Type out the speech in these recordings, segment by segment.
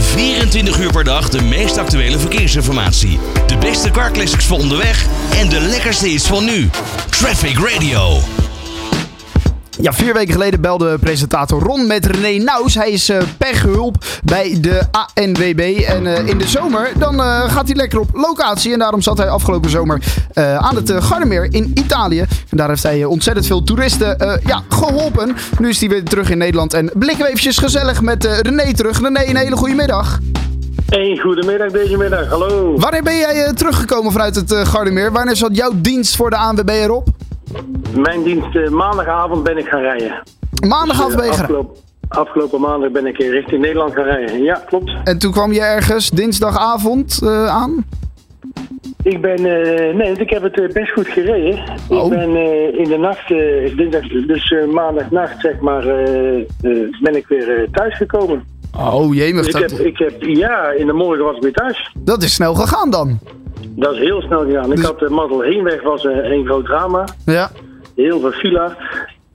24 uur per dag de meest actuele verkeersinformatie. De beste carclassics voor onderweg en de lekkerste is van nu. Traffic Radio. Ja, vier weken geleden belde presentator Ron met René Nauws. Hij is eh, pechhulp bij de ANWB. En eh, in de zomer dan eh, gaat hij lekker op locatie. En daarom zat hij afgelopen zomer eh, aan het eh, Gardameer in Italië. En daar heeft hij eh, ontzettend veel toeristen eh, ja, geholpen. Nu is hij weer terug in Nederland. En blikken we eventjes gezellig met eh, René terug. René, een hele goede middag. Hey, goedemiddag deze middag, hallo. Wanneer ben jij eh, teruggekomen vanuit het eh Gardameer? Wanneer zat jouw dienst voor de ANWB erop? Mijn dienst, eh, maandagavond ben ik gaan rijden. Maandagavond ben je gereden. Afgelopen, afgelopen maandag ben ik eh, richting Nederland gaan rijden. Ja, klopt. En toen kwam je ergens dinsdagavond eh, aan? Ik ben, eh, nee, ik heb het eh, best goed gereden. Oh. Ik ben eh, in de nacht, eh, dinsdag, dus eh, maandagnacht zeg maar, eh, eh, ben ik weer eh, thuisgekomen. Oh jemig, Dus ik dat, heb, ik heb, ja, in de morgen was ik weer thuis. dat is snel gegaan dan. Dat is heel snel gegaan. Ik Dus- had de mazzel heenweg, was eh, een groot drama. Ja. Heel veel fila.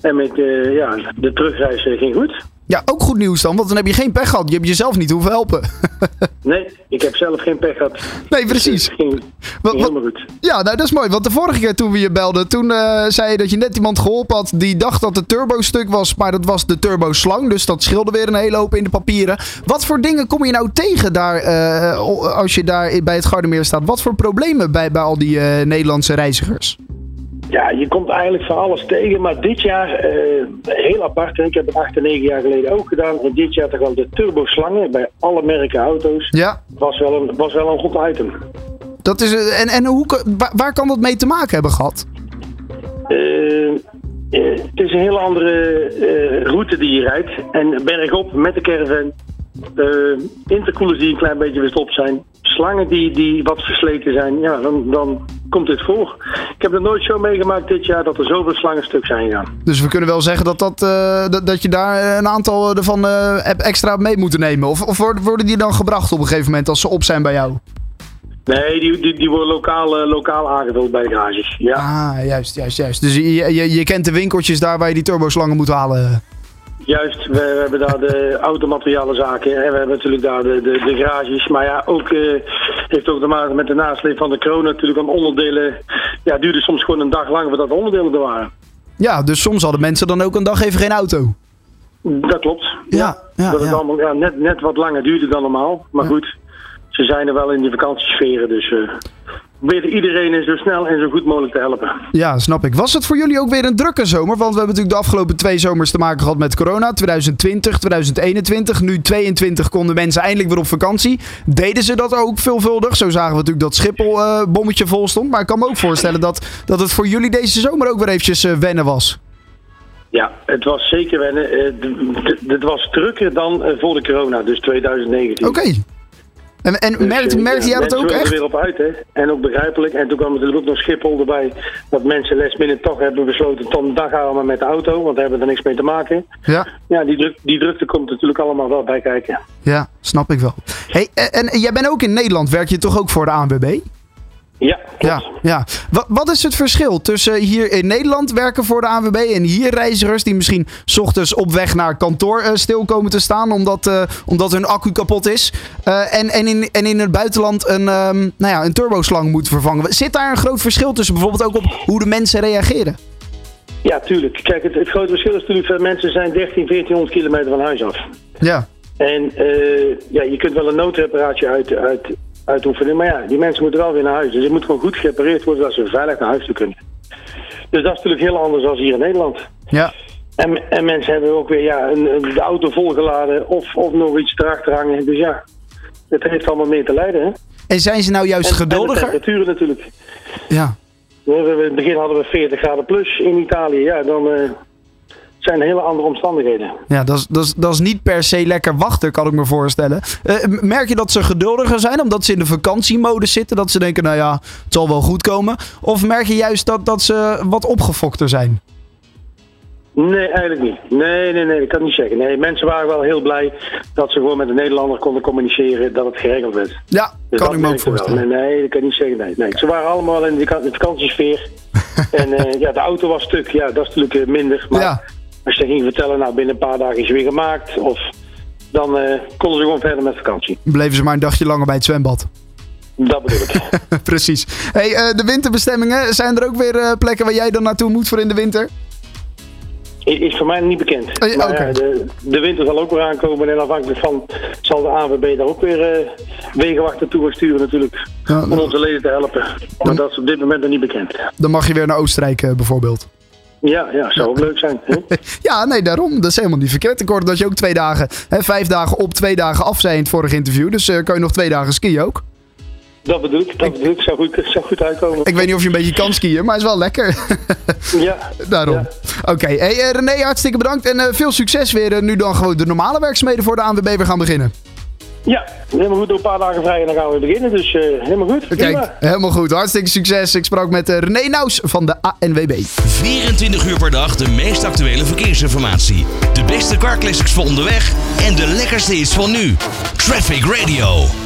En met, eh, ja, de terugreis eh, ging goed. Ja, ook goed nieuws dan, want dan heb je geen pech gehad. Je hebt jezelf niet hoeven helpen. Nee, ik heb zelf geen pech gehad. nee, precies. Het ging, Wat- ging helemaal goed. Ja, nou, dat is mooi, want de vorige keer toen we je belden, toen eh, zei je dat je net iemand geholpen had die dacht dat de turbo stuk was, maar dat was de turbo slang, dus dat scheelde weer een hele hoop in de papieren. Wat voor dingen kom je nou tegen daar, eh, o- als je daar bij het Gardermeer staat? Wat voor problemen bij, bij al die eh, Nederlandse reizigers? Ja, je komt eigenlijk van alles tegen. Maar dit jaar, eh, heel apart. hè. Ik heb het acht en negen jaar geleden ook gedaan. En dit jaar toch wel de turboslangen bij alle merken auto's. Ja, Was wel een, was wel een goed item. dat is, eh, en, en hoe, kan- waar, waar kan dat mee te maken hebben gehad? Eh, eh, het is een hele andere eh, route die je rijdt. En bergop met de caravan. eh, intercoolers die een klein beetje verstopt zijn. Slangen die, die wat versleten zijn. Ja, dan, dan komt dit voor. Ik heb nog nooit zo meegemaakt dit jaar dat er zoveel slangen stuk zijn gegaan. Dus we kunnen wel zeggen dat, dat, eh, dat, dat je daar een aantal eh, ervan eh, hebt extra mee moeten nemen. Of, of worden worden die dan gebracht op een gegeven moment als ze op zijn bij jou? Nee, die, die, die worden lokaal, eh, lokaal aangevuld bij de garages. Ja, Ah, juist, juist, juist. Dus je, je, je kent de winkeltjes daar waar je die turboslangen moet halen. juist. We, we hebben daar de automaterialenzaken en we hebben natuurlijk daar de, de, de garages. Maar ja, ook eh, heeft ook te maken met de nasleep van de kroon natuurlijk. Want onderdelen, ja, duurde soms gewoon een dag lang voordat de onderdelen er waren. Ja, dus soms hadden mensen dan ook een dag even geen auto. Dat klopt. Ja, ja, dat het ja. allemaal ja, net, net wat langer duurde dan normaal. Maar goed, ze zijn er wel in die vakantiesferen. Dus eh probeer iedereen zo snel en zo goed mogelijk te helpen. Ja, snap ik. Was het voor jullie ook weer een drukke zomer? Want we hebben natuurlijk de afgelopen twee zomers te maken gehad met corona. 2020, 2021, nu 22 konden mensen eindelijk weer op vakantie. Deden ze dat ook veelvuldig? Zo zagen we natuurlijk dat Schiphol eh, bommetje vol stond. Maar ik kan me ook voorstellen dat, dat het voor jullie deze zomer ook weer eventjes eh, wennen was. Ja, het was zeker wennen. Eh, d- d- Het was drukker dan eh, voor de corona, dus 2019. Oké. En, en merkte, merkte jij dat ook Eh, Mensen wilden echt? er weer op uit, hè? En ook begrijpelijk. En toen kwam natuurlijk ook nog Schiphol erbij. Dat mensen les binnen toch hebben besloten. Dan, dan gaan we maar met de auto, want daar hebben we er niks mee te maken. Ja. Ja, die, druk, die drukte komt natuurlijk allemaal wel bij kijken. Ja, snap ik wel. Hey, en, en jij bent ook in Nederland, werk je toch ook voor de ANWB? Ja, Ja, ja. Wat, wat is het verschil tussen hier in Nederland werken voor de ANWB en hier reizigers die misschien 's ochtends op weg naar kantoor eh, stil komen te staan omdat, eh, omdat hun accu kapot is eh, en, en, in, en in het buitenland een, ehm, nou ja, een turboslang moeten vervangen? Zit daar een groot verschil tussen bijvoorbeeld ook op hoe de mensen reageren? ja tuurlijk. Kijk, het, het grote verschil is natuurlijk... veel Mensen zijn 13, 1400 kilometer van huis af. Ja, En eh, ja, je kunt wel een noodreparatie uit, uit, uitoefenen. Maar ja, die mensen moeten wel weer naar huis. Dus het moet gewoon goed gerepareerd worden dat ze veilig naar huis toe kunnen. Dus dat is natuurlijk heel anders dan hier in Nederland. ja. En, en mensen hebben ook weer ja, een, een- de auto volgeladen of, of nog iets erachter hangen. Dus ja, het heeft allemaal meer te lijden. Hè? En zijn ze nou juist En- En de geduldiger? temperaturen natuurlijk. Ja. We hebben- in het begin hadden we 40 graden plus in Italië. Ja, dan eh, zijn er hele andere omstandigheden. Ja, dat is, dat, is, dat is niet per se lekker wachten, kan ik me voorstellen. Eh, m- merk je dat ze geduldiger zijn omdat ze in de vakantiemodus zitten? Dat ze denken, nou ja, het zal wel goed komen. Of merk je juist dat, dat ze wat opgefokter zijn? Nee, eigenlijk niet. Nee, nee, nee, dat kan ik niet zeggen. Nee, mensen waren wel heel blij dat ze gewoon met een Nederlander konden communiceren dat het geregeld werd. Ja, Dus kan dat ik me ook merkte wel. voorstellen. Nee, nee, dat kan ik niet zeggen. Nee, nee. Ze waren allemaal wel in de vak- de vakantiesfeer. en eh, ja, de auto was stuk. Ja, dat is natuurlijk eh, minder. Maar Ja, als je dat ging vertellen, nou binnen een paar dagen is je weer gemaakt. Of dan eh, konden ze gewoon verder met vakantie. Bleven ze maar een dagje langer bij het zwembad. Dat bedoel ik. Precies. Hey, eh, de winterbestemmingen, zijn er ook weer eh, plekken waar jij dan naartoe moet voor in de winter? I- Is voor mij niet bekend. Eh, maar oké. eh, de, de winter zal ook weer aankomen en afhankelijk van zal de ANVB daar ook weer eh, wegenwachten toe gaan sturen natuurlijk. Ja, Om onze leden te helpen. Maar dat is op dit moment nog niet bekend. Dan mag je weer naar Oostenrijk eh, bijvoorbeeld. Ja, ja, zou ook leuk zijn. Hè? Ja, nee, daarom. Dat is helemaal niet verkeerd. Ik hoorde dat je ook twee dagen, hè, vijf dagen op, twee dagen af zei in het vorige interview. Dus eh, kan je nog twee dagen skiën ook. Dat bedoel ik, dat bedoel ik. Zou goed, zou goed uitkomen. Ik weet niet of je een beetje kan skiën, maar is wel lekker. Ja, daarom. Ja. Oké, hey, eh, René, hartstikke bedankt. En eh, veel succes weer. eh, nu dan gewoon de normale werkzaamheden voor de ANWB weer gaan beginnen. ja, helemaal goed. Door een paar dagen vrij en dan gaan we beginnen. Dus eh, helemaal goed. Kijk, Prima. helemaal goed. Hartstikke succes. Ik sprak met eh, René Nauws van de ANWB. 24 uur per dag de meest actuele verkeersinformatie. De beste carclassics voor onderweg en de lekkerste is van nu. Traffic Radio.